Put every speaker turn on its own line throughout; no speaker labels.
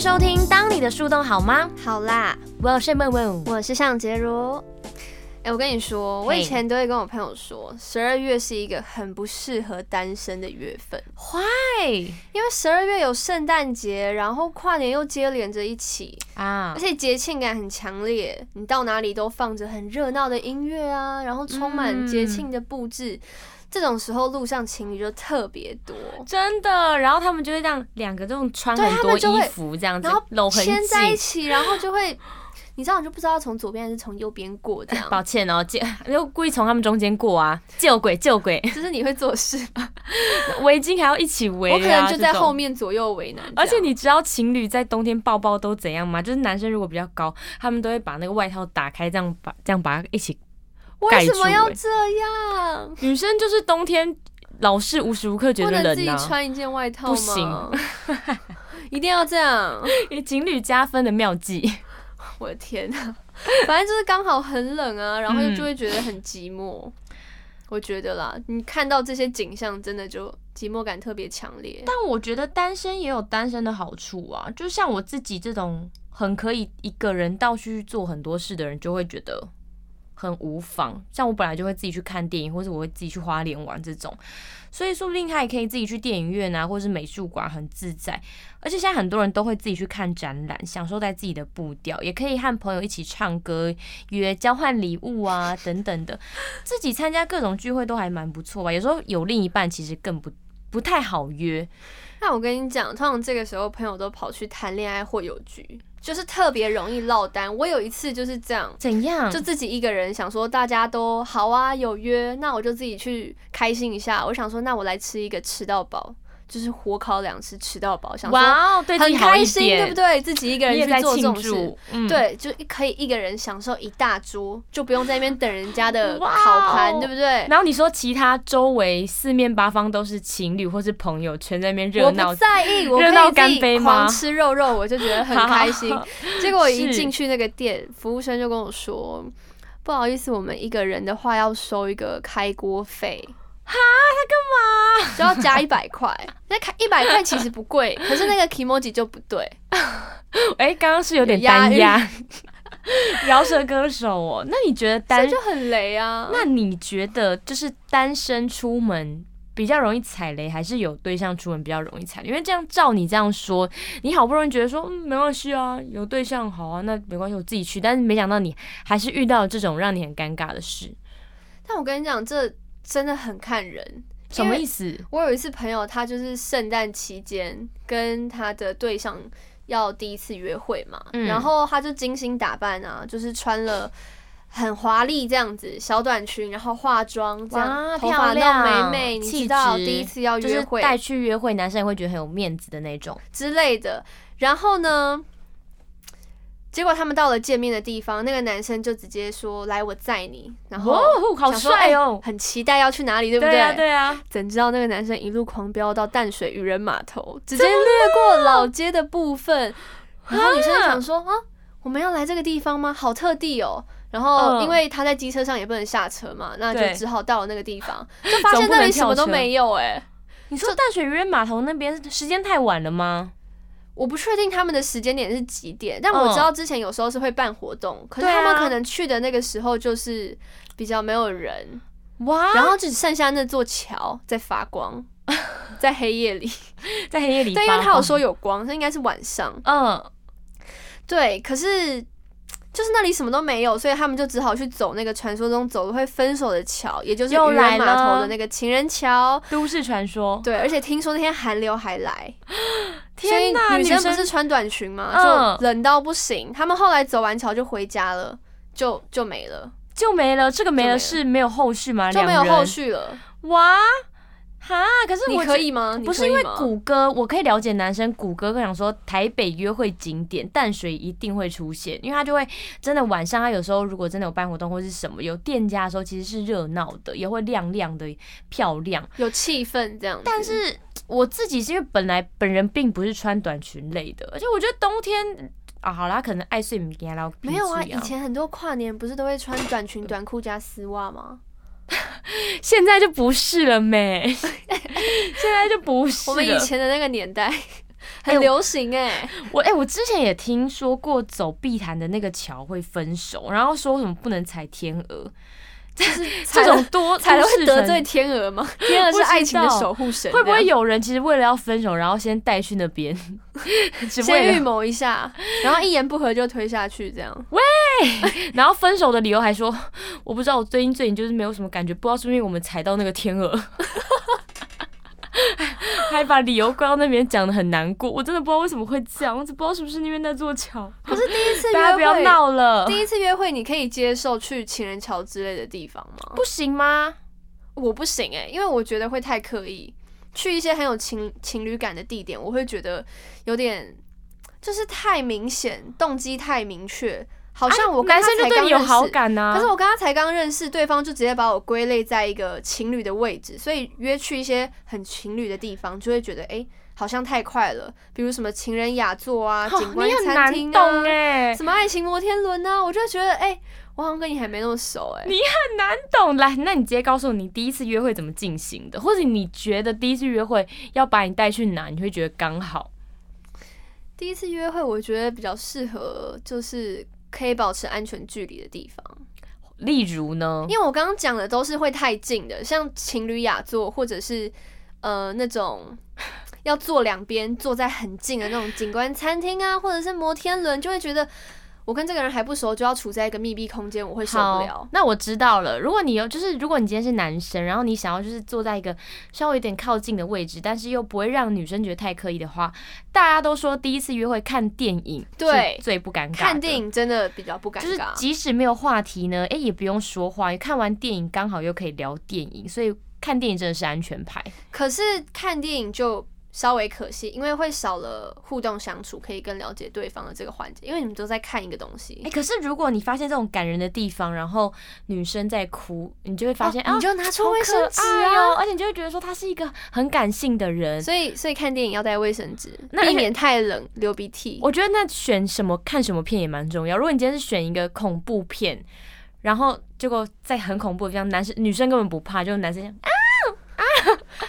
收听《当你的树洞好吗》，
好啦，
我是梦梦。
我是尚杰如。哎、我跟你说，我
嘿
以前都会跟我朋友说，十二月是一个很不适合单身的月份，
Why
因为十二月有圣诞节，然后跨年又接连着一起，
啊
而？且节庆感很强烈。你到哪里都放着很热闹的音乐啊，然后充满节庆的布置。这种时候，路上情侣就特别多，
真的，然后他们就会这样两个这种穿
对
很
他
多
们就会
衣服这样子
然后，
搂很紧
牵。在一起，然后就会，你知道，你就不知道从左边还是从右边过，这样
抱歉哦，借 又故意从他们中间过啊，救鬼救鬼，
这是你会做的事吗？
围巾还要一起围、啊，
我可能就在
这种
后面左右为难。
而
这
且
样
你知道情侣在冬天抱抱都怎样吗？就是男生如果比较高，他们都会把那个外套打开，这样把这样把它一起。
为什么要
盖
这样？
女生就是冬天老是无时无刻觉
哦不
得
能
冷
自己
啊，
穿一件外套吗？
不行，
一定要 这样。
情侣加分的妙计。
我的天啊，反正就是刚好很冷啊，然后
嗯
就会觉得很寂寞。我觉得啦，你看到这些景象，真的就寂寞感特别强烈。
但我觉得单身也有单身的好处啊，就像我自己这种很可以一个人到处去做很多事的人，就会觉得很无妨。像我本来就会自己去看电影，或者我会自己去花莲玩这种，所以说不定他也可以自己去电影院啊，或是美术馆，很自在。而且现在很多人都会自己去看展览，享受在自己的步调，也可以和朋友一起唱歌、约交换礼物啊等等的，自己参加各种聚会都还蛮不错吧。有时候有另一半其实更不不太好约，
那我跟你讲，通常这个时候朋友都跑去谈恋爱或友局，就是特别容易落单。我有一次就是这样，
怎样？
就自己一个人想说大家都好啊，有约，那我就自己去开心一下。我想说，那我来吃一个吃到饱，就是火烤两吃吃到饱，想说
哇哦，对自
很
己好
开
一
心，对
点
不，对？自己一个人
你也
去
在
做这
庆
种事
祝，，嗯，
对，就可以一个人享受一大桌，就不用在那边等人家的
哇
烤盘，
哦
对不对？
然后你说其他周围四面八方都是情侣或是朋友，全在那边热
我
闹
不，在意，我
热
可
闹
以自己
干杯吗
狂吃肉肉，我就觉得很开心
好。
结果我一
是
进去那个店，服务生就跟我说：“不好意思，我们一个人的话要收一个开锅费。”哈，他干嘛？就要 加一百块。那开一百块其实不贵，可是那个 emoji 就不对。
哎，刚刚是有点
有押
单
韵
压，饶舌歌手哦。那你觉得
所
单
以？就很雷啊。
那你觉得就是单身出门比较容易踩雷，还是有对象出门比较容易踩雷？因为这样照你这样说，你好不容易觉得说，嗯，没关系啊，有对象好啊，那没关系，我自己去。但是没想到你还是遇到这种让你很尴尬的事，
但我跟你讲，这真的很看人。
什么意思？
我有一次朋友，他就是圣诞期间跟他的对象要第一次约会嘛，
嗯
然后他就精心打扮啊，就是穿了。很华丽这样子，小短裙，然后化妆这样，
哇
头发
漂亮
弄美美，你
气
知道
质
第一次要
就
约
是
会
带去约会，男生也会觉得很有面子的那种。
之类的。然后呢，结果他们到了见面的地方，那个男生就直接说：“来，我载你。”然后
哦，好
想说
帅
哎
哦！
很期待要去哪里，对不
对啊，对啊，
怎知道那个男生一路狂飙到淡水渔人码头，直接掠过老街的部 分。然后女生就想说啊，我们要来这个地方吗？好特地哦。然后
嗯
因为他在机车上也不能下车嘛，那
对
就只好到了那个地方， 就发
总
现
不
那
能
里什么
跳
都
车
没有哎、
你说淡水渔人码头那边时间太晚了吗？
我不确定他们的时间点是几点，但我
嗯
知道之前有时候是会办活动，可是
对
他们
啊
可能去的那个时候就是比较没有人，
哇，
然后只剩下那座桥在发 光，在黑夜里。
在黑夜里，
对，因为他有，说有光，那应该是晚上。
嗯，
对，可是就是那里什么都没有，所以他们就只好去走那个传说中走了会分手的桥，也就是
又
渔
来
人码头
了
的那个情人桥。
都市传说。
对，而且听说那天寒流还来，所
天
以
哪，
女
生
生不是穿短裙吗？
嗯
就冷到不行。他们后来走完桥就回家了，就就没了，
就没了，这个没
就没
了
了
是没有后续吗？
就没有
两人
后续了。
哇哈！可是
你
我
可
觉
以吗？
得
你
不是
可以
因为
吗
谷歌，我可以了解男生谷歌，更想说台北约会景点淡水一定会出现，因为他就会真的晚上，他有时候如果真的有办活动或是什么有店家的时候，其实是热闹的，也会亮亮的漂亮。
有气氛这样子，
但是我自己是因为本来本人并不是穿短裙类的，而且我觉得冬天啊，好啦，可能爱睡米给他捞
没有啊。以前很多跨年不是都会穿短裙、短裤加丝袜吗？
现在就 不是了没，现在就不是了。
哎我们以前的那个年代， 很流行哎、
我哎、我之前也听说过走碧潭的那个桥会分手，然后说什么不能踩天鹅，
就是
这种多
才
都
会
市
得
传
罪天鹅 吗？天鹅是爱情的守护神，
会不会有人其实为了要分手，然后先带去那 边，只
这样
为
先预
了
谋一下，然后一言不合就推下去这样？
然后分手的理由还说，我不知道我最近最近就是没有什么感觉，不知道是不是因为我们踩到那个天鹅， 还把理由怪到那边，讲的很难过。我真的不知道为什么会这样，我只不知道是不是因为那座桥。
可是第一次
大家不要
约会，
闹了，
第一次约会你可以接受去情人桥之类的地方吗？
不行吗？
我不行哎、因为我觉得会太刻意。去一些很有情情侣感的地点，我会觉得有点就是太明显，动机太明确，好哦像我跟
男
他
生就
才
对
刚
啊你有
认
好
识
感呐、
可是我跟他才刚认识，对方就直接把我归类在一个情侣的位置，所以约去一些很情侣的地方，就会觉得哎、诶好像太快了，比如什么情人雅座啊、
哦
景观
你很
餐
难
厅
懂
啊、
哎、
什么爱情摩天轮啊，我就觉得哎、诶我好像跟你还没那么熟哎、
你很难懂。来，那你直接告诉我你第一次约会怎么进行的，或者你觉得第一次约会要把你带去哪，你会觉得刚好。
第一次约会，我觉得比较适合就是可以保持安全距离的地方。
例如呢？
因为我刚刚讲的都是会太近的，像情侣雅座或者是呃那种要坐两边坐在很近的那种景观餐厅啊，或者是摩天轮，就会觉得我跟这个人还不熟，就要处在一个密闭空间，我会受不
好
了，。
那我知道了。如果你有，就是如果你今天是男生，然后你想要就是坐在一个稍微有点靠近的位置，但是又不会让女生觉得太刻意的话，大家都说第一次约会看电影，
对
最不尴尬的。
看电影真的比较不尴
就是
尬，
即使没有话题呢，哎、也不用说话，看完电影刚好又可以聊电影，所以看电影真的是安全牌。
可是看电影就。稍微可惜，因为会少了互动相处，可以更了解对方的这个环节，因为你们都在看一个东西
哎、，可是如果你发现这种感人的地方，然后女生在哭，你就会发现
哦
啊，
你就拿出
好
卫生纸啊
可爱哦，而且你就会觉得说她是一个很感性的人。
所以，所以看电影要带卫生纸，
那而且
避免太冷流鼻涕。
我觉得那选什么看什么片也蛮重要。如果你今天是选一个恐怖片，然后结果在很恐怖的地方，男生女生根本不怕，就是男生想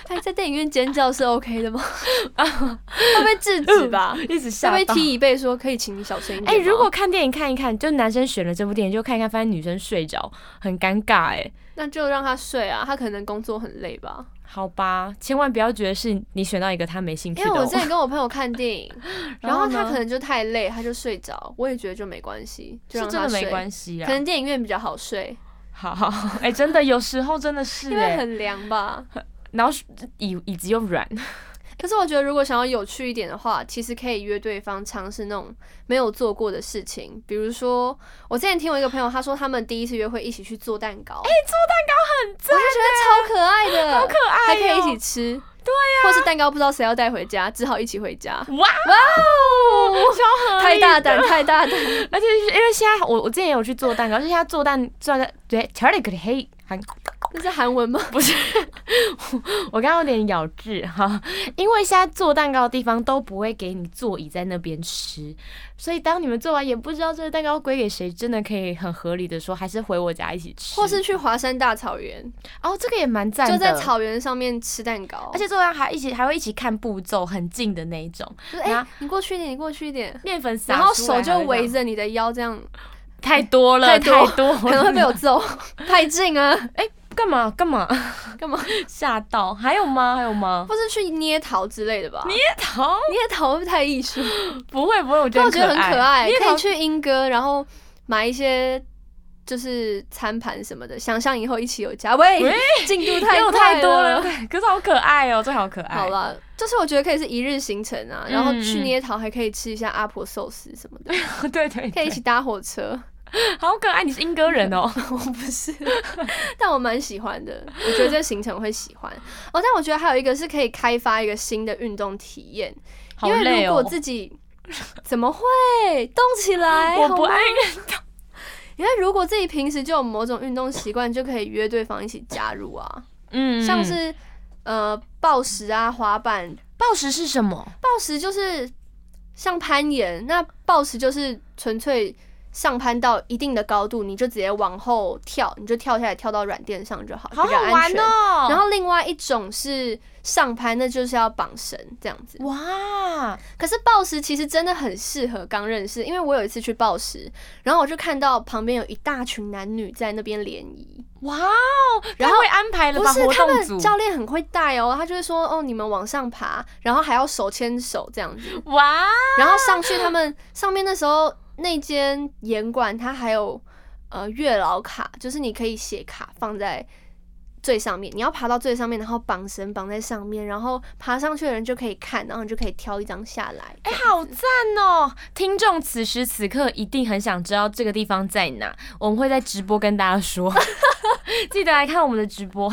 哎，在电影院尖叫是 OK 的吗？ 会被制止吧？
一直啊 吓
会
到。
被踢椅背说可以请你小声一点吗？
哎、如果看电影看一看，就男生选了这部电影，就看一看，发现女生睡着，很尴尬哎、
那就让他睡啊，他可能工作很累吧。
好吧，千万不要觉得是你选到一个他没兴趣
因
的
为
哦、
我之前跟我朋友看电影，然
然后
后
呢
他可能就太累，他就睡着，我也觉得就没关系，就让
是真
他
的
睡。
没关系啊
可
啦。
能电影院比较好睡，
好好好，哎、真的有时候真的是
因
哎、
为很凉吧。
然后椅椅子又 软，
可是我觉得，如果想要有趣一点的话，其实可以约对方尝试那种没有做过的事情，比如说，我之前听我一个朋友，他说他们第一次约会一起去做蛋糕，哎、做蛋糕很赞，我就觉得超可爱的，好可
爱哦
还可以一起吃，对啊呀、或是蛋糕不知道谁要带回家，只好一起回家，
哇哇哦，超合
太
理
大胆，太大 胆，
而且就是因为现在我我之前也有去做蛋糕，就是现在做蛋做蛋对巧克力黑韩，
那是韩文吗？不是，
我刚刚有点咬字哈，因为现在做蛋糕的地方都不会给你座椅在那边吃，所以当你们做完也不知道这个蛋糕归给谁，真的可以很合理的说还是回我家一起吃，
或是去华山大草原，
哦这个也蛮赞的，
就在草原上面吃蛋糕，
而且做完还一起还会一起看步骤，很近的那一种，
就是哎、
拿
你过去一点，你过去一点，
面粉撒
然
出来
后手就
还会
围
这样，
着你的腰这样，
太多了
太多
太多，
可能会被我揍， 太近啊。
干嘛 干嘛
干嘛？
吓到，还有吗？还有 吗？
或是去捏桃之类的吧。捏
头
捏桃会不会太艺 术？
不会不会，我觉
但
得
我觉得很可爱，
捏
可
桃
以去英歌，然后买一些就是餐盘什么的。想象以后一起有家，喂
喂，
进 度太哎
又
快
太多了，。可是好可爱哦，这好可爱。
好，了，就是我觉得可以是一日行程啊，然后
嗯
去
嗯
捏桃还可以吃一下阿婆寿司什么的，
对对
可以一
对，
起搭火车。
好可爱。你是英歌人 哦，
我不 是，但我蛮喜欢的，我觉得这个行程会喜欢。哦，但我觉得还有一个是可以开发一个新的运动体验，
好
因为
累
如
哦
果。自己 怎么会动起来？
我
好
不
吗
爱。
因为如果自己平时就有某种运动习惯，就可以约对方一起加入啊，
嗯
像是呃暴食啊、滑板。
暴食是什么？
暴食就是像攀岩，那暴食就是纯粹上攀到一定的高度，你就直接往后跳，你就跳下来跳到软垫上就好，
好
比较
好
安
玩
全。
哦。
然后另外一种是上攀，那就是要绑绳这样子。
哇，
可是暴食其实真的很适合刚认识，因为我有一次去暴食，然后我就看到旁边有一大群男女在那边联谊，
哇哦，然
然后
后会安排了
不
吧
是
活
他
动组
们？教练很会带哦，他就会说哦你们往上爬，然后还要手牵手这样子，
哇，
然后上去他们上面那时候那间严管它还有呃月老卡，就是你可以写卡放在。最上面，你要爬到最上面，然后绑绳绑在上面，然后爬上去的人就可以看，然后你就可以挑一张下来。
哎、好赞哦！听众此时此刻一定很想知道这个地方在哪，我们会在直播跟大家 说，记得来看我们的直播。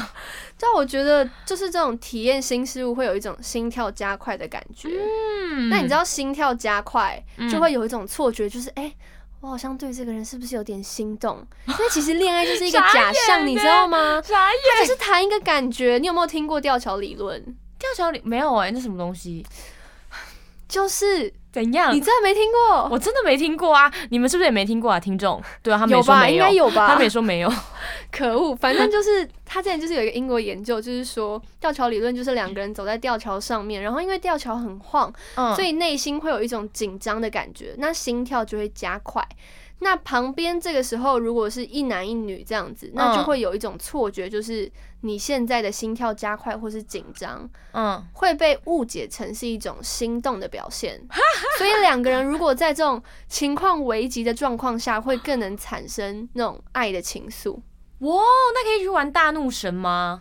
但我觉得就是这种体验新事物会有一种心跳加快的感觉。
嗯
那你知道心跳加快
嗯
就会有一种错觉，就是哎、诶我好像对这个人是不是有点心动？因为其实恋爱就是一个
傻
假象，
眼
你知
欸
道吗？
啥眼？
它只是谈一个感觉。你有没有听过吊桥理论？
吊桥里没有哎、那什么东西？
就是
怎样
你？真的没听过？
嗯我真的没听过啊！你们是不是也没听过啊？听众，对啊，他们也说
吧？
没
应该有吧？
他们也说 没有。
可恶，反正就是他之前就是有一个英国研究，就是说吊桥理论就是两个人走在吊桥上面，然后因为吊桥很晃，
嗯，
所以内心会有一种紧张的感觉，那心跳就会加快。那旁边这个时候如果是一男一女这样子，
嗯
那就会有一种错觉，就是你现在的心跳加快或是紧张，
嗯，
会被误解成是一种心动的 表现。所以两个人如果在这种情况危急的状况下，会更能产生那种爱的情愫。
哇，那可以去玩大怒神吗？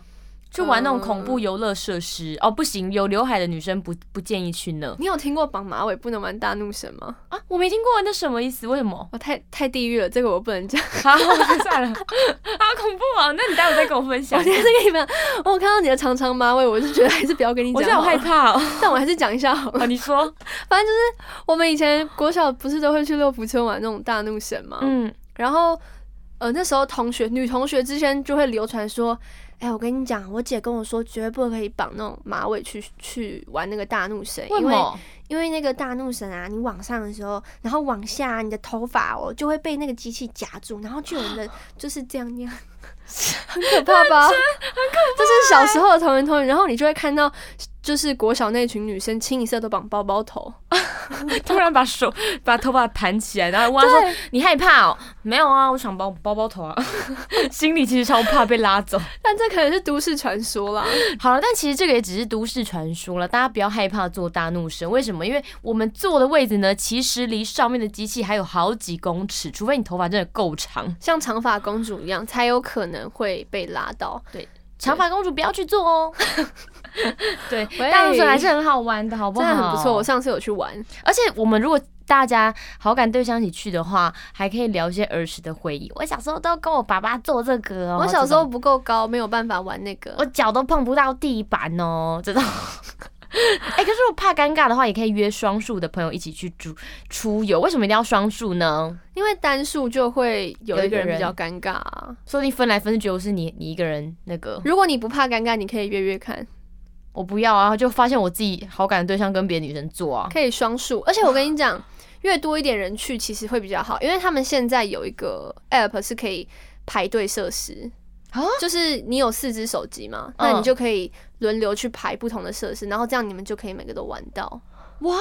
去玩那种恐怖游乐设施、哦，不行，有刘海的女生不不建议去呢。
你有听过绑马尾不能玩大怒神吗？
啊，我没听过，那什么意思？为什么？
我太太地狱了，这个我不能讲。
好，算了， 好恐怖哦！那你待会再跟我分享
我。今天是跟你们，我看到你的长长马尾，我是觉得还是不要跟你
我
讲
现在
好
好
了。
害怕哦。
但我还是讲一下好 了。
哦你说，
反正就是我们以前国小不是都会去六福村玩那种大怒神嘛，
嗯，
然后呃那时候同学女同学之间就会流传说，哎、我跟你讲，我姐跟我说绝对不可以绑那种马尾去去玩那个大怒神，
为什
因为
么？
因为那个大怒神啊，你往上的时候，然后往下、你的头发哦就会被那个机器夹住，然后就有人的 就是这样那样， 很可怕吧？ 很可怕。这是小时候的童言童语，然后你就会看到，就是国小那群女生清一色都绑包包头，
突然把 手把头发盘起来，然后问他说：“你害怕哦？”没有啊，我想包包包头啊， 心里其实超怕被拉走。
但这可能是都市传说啦。
好了，但其实这个也只是都市传说了，大家不要害怕做大怒神。为什么？因为我们坐的位置呢，其实离上面的机器还有好几公尺，除非你头发真的够长。
像长发公主一样，才有可能会被拉到。
长发公主不要去做哦。 对，
喂
大怒神还是很好玩的，好不
真
好？
的很不错，我上次有去玩。
而且我们如果大家好感对象一起去的话，还可以聊一些儿时的回忆。我小时候都跟我爸爸做这个哦，
我小时
这
候
种
不够高，没有办法玩那个。
我脚都碰不到地板哦，这种。 哎、可是我怕尴尬的话，也可以约双数的朋友一起去出出游。为什么一定要双数呢？
因为单数就会有
有
一
一个
个人比
人
较尴尬、啊。
说不定分来分去，就是你你一个人那个，
如果你不怕尴尬，你可以约约看，
我不要啊！就发现我自己好感的对象跟别的女生做啊，
可以双数。而且我跟你 讲，越多一点人去其实会比较好，因为他们现在有一个 app 是可以排队设施
啊。
就是你有四只手机嘛，
嗯
那你就可以轮流去排不同的设施，然后这样你们就可以每个都玩到。
哇，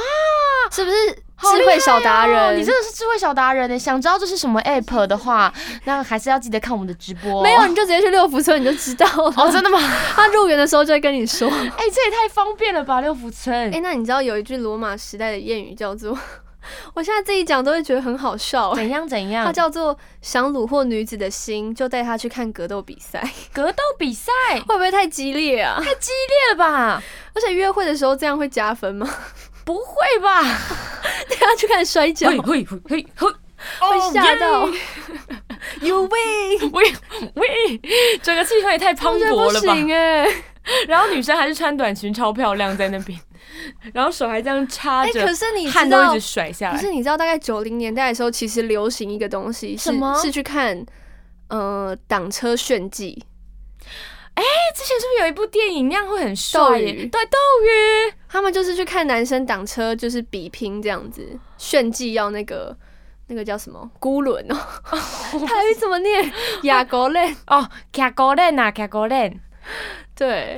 是不是
好厉
智
害
慧小达人？
哦你真的是智慧小达人呢！欸想知道这是什么 app 的话，那还是要记得看我们的直播。
没有，你就直接去六福村，你就知道了。
哦，真的吗？
他入哦园的时候就会跟你说。 哎、
哎、这也太方便了吧，六福村。
那你知道有一句罗马时代的谚语叫做， 我现在自己讲都会觉得很好笑。
怎样怎
它
样？
叫做“想虏获女子的心，就带她去看格斗比 赛”，
格斗比赛
会不会太激烈 啊？
太激烈了吧？
而且约会的时候这样会加分 吗？
不会吧？
带她去看摔跤，
嘿嘿嘿嘿嘿，
会吓到。有味，
哦 喂喂，整个气氛也太磅
我觉得不
礴了吧？
行哎、
然后女生还是穿短裙，超漂亮，在那边， 然后手还这样插
哎、
着，
可是你
汗
知
都
道
一直，甩下
不
来。
是你知道，大概九零年代的时候，其实流行一个东西是
什么
是去看呃挡车炫技，
哎，之前是不是有一部电影那样会很
斗
帅
鱼
耶？对，斗鱼。
他们就是去看男生挡车，就是比拼这样子，炫技要那个那个叫什么孤轮 哦，台语怎么念？雅狗类，
哦，卡狗链啊，卡狗链，
对，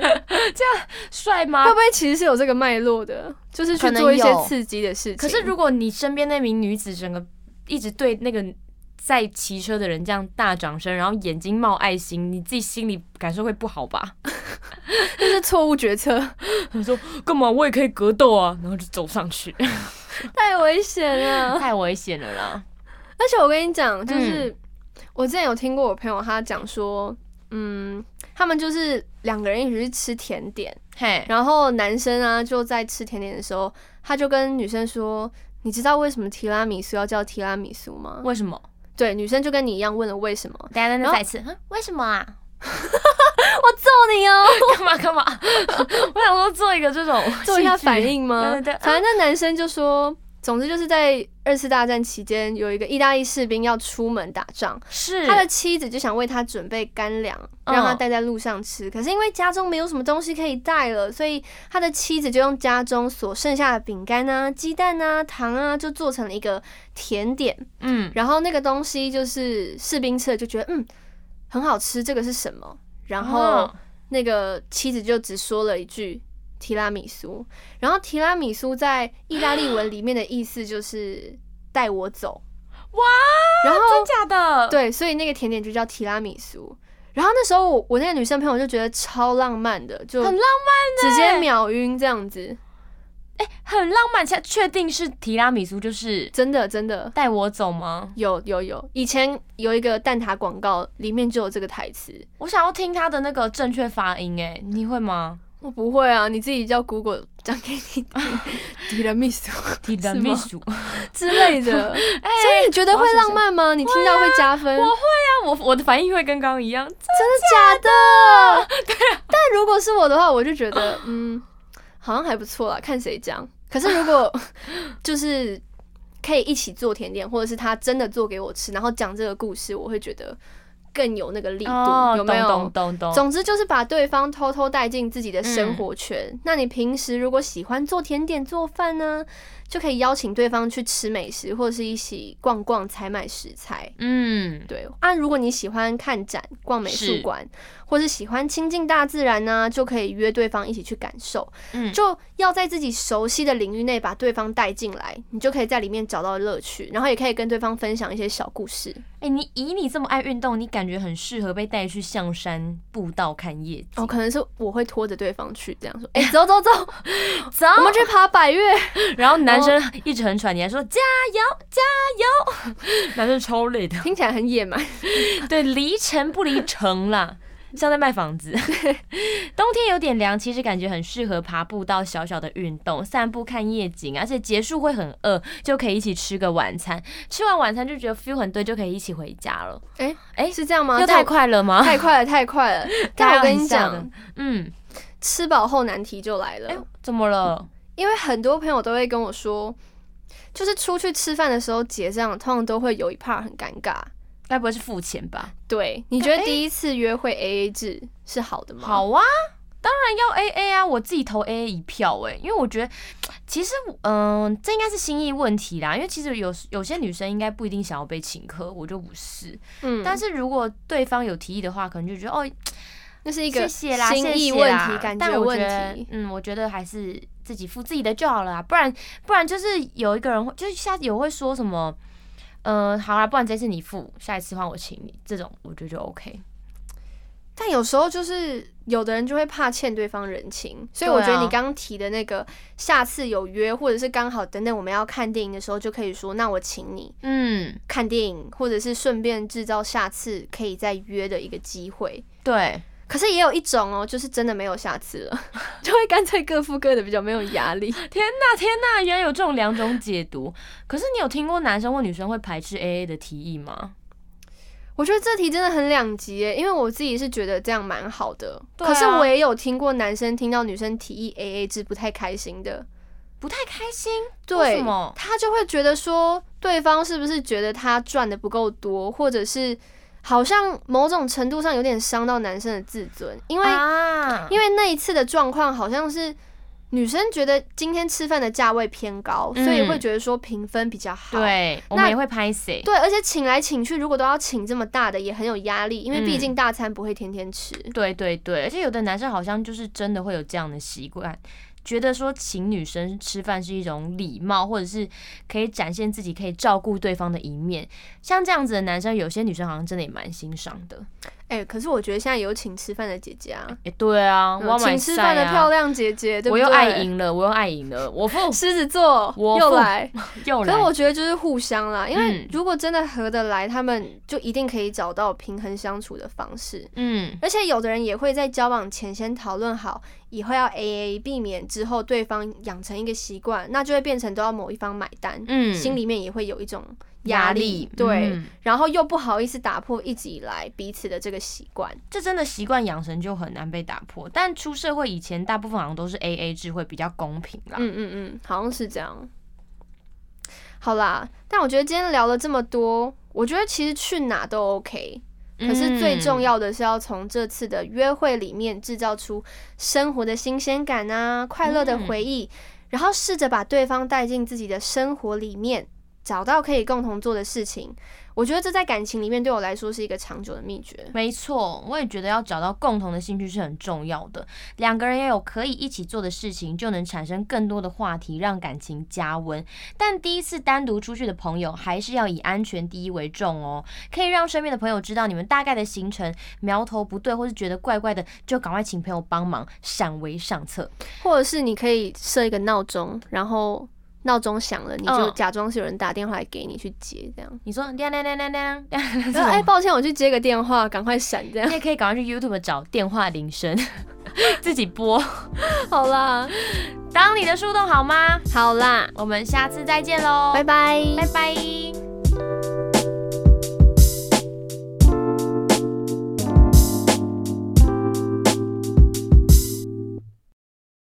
帅吗
会？不会其实是有这个脉络的？就是去
可能
做一些
有
刺激的事情。
可是如果你身边那名女子整个一直对那个在骑车的人这样大掌声，然后眼睛冒爱心，你自己心里感受会不好吧？
这是错误决策，
他说干嘛？我也可以格斗啊，然后就走上去，
太危险 了。
太危险了啦。
而且我跟你讲，就是、我之前有听过我朋友他讲说，嗯，他们就是两个人一起去吃甜点，
嘿，
然后男生啊就在吃甜点的时候，他就跟女生说：“你知道为什么提拉米苏要叫提拉米苏吗
为什么？？”
对，女生就跟你一样问了为什么，
大家在
然后
一次，哼为什么啊？
我揍你哦，
干嘛干嘛？ 我想说 做一个这种
做一下
戏剧
反，应 吗？
对对对啊
反正那男生就说。总之就是在二次大战期间，有一个意大利士兵要出门打仗，
是
他的妻子就想为他准备干粮，
嗯
让他带在路上吃。可是因为家中没有什么东西可以带了，所以他的妻子就用家中所剩下的饼干啊、鸡蛋啊、糖啊，就做成了一个甜点。
嗯
然后那个东西就是士兵吃了就觉得嗯很好吃，这个是什么？然后
哦
那个妻子就只说了一句提拉米苏。然后提拉米苏在意大利文里面的意思就是带我走。
哇，
然后
真假的？，
对，所以那个甜点就叫提拉米苏。然后那时候我我那个女生朋友就觉得超浪漫的，就
很浪漫
直
呢
接秒晕这样子，
很浪漫。确确定是提拉米苏，就是
真的真的
带我走吗？
有有有，以前有一个蛋挞广告里面就有这个台词。
我想要听他的那个正确发音，哎，你会吗？
我不会啊，你自己叫 Google 讲给 你听，提拉米苏
提拉米苏， 啊，
之类的。 所以你觉得会浪漫吗？你听到会加分？
我我我的反应会跟刚刚一样，
真的 假的？对、
啊
但如果是我的话，我就觉得，嗯，好像还不错啦，看谁讲。可是 如果就是可以一起做甜点，或者是他真的做给我吃，然后讲这个故事，我会觉得更有那个力度，
哦
有没有？
懂懂懂懂，
总之就是把对方偷偷带进自己的生活圈。那你平时如果喜欢做甜点、做饭呢，就可以邀请对方去吃美食，或者是一起逛逛、采买食材。
嗯，
对啊，如果你喜欢看展、逛美术
是
馆，或是喜欢亲近大自然呢，就可以约对方一起去感受。
嗯
就要在自己熟悉的领域内把对方带进来，你就可以在里面找到乐趣，然后也可以跟对方分享一些小故事。
哎、你以你这么爱运动，你感觉很适合被带去象山步道看夜景。
哦，可能是我会拖着对方去，这样说，哎、走走走，
走，
我们去爬百越。
然后男生一直很喘，你还说加油加油， 男生超累的。
听起来很野蛮。
对，离城不离城啦，像在卖房子。 冬天有点凉，其实感觉很适合爬步道，小小的运动，散步看夜景，啊而且结束会很饿，就可以一起吃个晚餐。吃完晚餐就觉得 feel 很对，就可以一起回家了。
哎、
哎、
是这样吗？
又太快了吗？
太快了，太 快了。但我跟你
开玩笑
讲
的，嗯，
吃饱后难题就来了，
哎、怎么了？
因为很多朋友都会跟我说，就是出去吃饭的时候结账，通常都会有一 part 很尴尬。
该不会是付钱吧？
对，你觉得第一次约会 A A 制是好的吗？，
好啊，当然要 A A 啊，我自己投 A A 一票哎、因为我觉得其实嗯、这应该是心意问题啦，因为其实有有些女生应该不一定想要被请客，我就不是。
嗯，
但
是
是如果对方有提议的话，可能就觉得哦，
那是一
谢
个
谢啦，
心意
谢谢
问
啦
题、感
但我
问
觉得
题。
嗯，我觉得还是自己付自己的就好了啊，不然不然就是有一个人会，就是下次有会说什么，嗯、好啦，不然这次你付，下一次换我请你，这种我觉得就 OK。
但有时候就是有的人就会怕欠对方人情，所以
对啊
我觉得你刚刚提的那个，下次有约或者是刚好等等我们要看电影的时候，就可以说那我请你，
嗯，
看电影，或者是顺便制造下次可以再约的一个机会。
对，
可是也有一种哦，就是真的没有下次了， 就会干脆各付各的，比较没有压力。
天呐天呐，原来有这种两种解读。可是你有听过男生或女生会排斥 AA 的提议吗？
我觉得这题真的很两极耶，因为我自己是觉得这样蛮好的，
对啊
可是我也有听过男生听到女生提议 A A 制不太开心的，
不太开心，为
对
什么？
他就会觉得说对方是不是觉得他赚的不够多，或者是好像某种程度上有点伤到男生的自尊，因为
啊，
因为那一次的状况好像是女生觉得今天吃饭的价位偏高，所以
嗯
会觉得说评分比较好。
对，我
那
们也会拍谁？
对，而且请来请去，如果都要请这么大的，也很有压力，因为毕
嗯
竟大餐不会天天吃。
对对对，而且有的男生好像就是真的会有这样的习惯，觉得说请女生吃饭是一种礼貌，或者是可以展现自己可以照顾对方的一面。像这样子的男生，有些女生好像真的也蛮欣赏的。
哎、可是我觉得现在有请吃饭的姐姐啊，
也对啊，
嗯
我要买
请吃饭的
菜啊
漂亮姐姐，对不
我
对？
又爱，赢了，我又爱赢了，我付
狮子座
我
又
负
来。
又
可
来
是。我觉得就是互相啦，因为
嗯
如果真的合得来，他们就一定可以找到平衡相处的方式。
嗯，
而且有的人也会在交往前先讨论好，以后要 A A，避免之后对方养成一个习惯，那就会变成都要某一方买单，
嗯
心里面也会有一种
压
压
力
对，
嗯
然后又不好意思打破一直以来彼此的这个习惯，
这真的习惯养成就很难被打破。但出社会以前，大部分好像都是 A A 制会比较公平啦。
嗯嗯嗯，好像是这样。好啦，但我觉得今天聊了这么多，我觉得其实去哪都 OK，可是最重要的是要从这次的约会里面制造出生活的新鲜感啊，快乐的回忆，然后试着把对方带进自己的生活里面，找到可以共同做的事情。我觉得这在感情里面对我来说是一个长久的秘诀。
没错，我也觉得要找到共同的兴趣是很重要的。两个人也有可以一起做的事情，就能产生更多的话题，让感情加温。但第一次单独出去的朋友，还是要以安全第一为重哦。可以让身边的朋友知道你们大概的行程，苗头不对或是觉得怪怪的，就赶快请朋友帮忙，闪为上策。
或者是你可以设一个闹钟，然后闹钟响了，你就
嗯
假装是有人打电话来给你去接，这样。
你说亮亮亮亮亮亮，
然后哎、抱歉，我去接个电话，赶快闪这样
你。也可以赶快去 YouTube 找电话铃声， 自己播。
好啦，
当你的树洞好吗？
好啦，
我们下次再见喽，
拜拜，
拜拜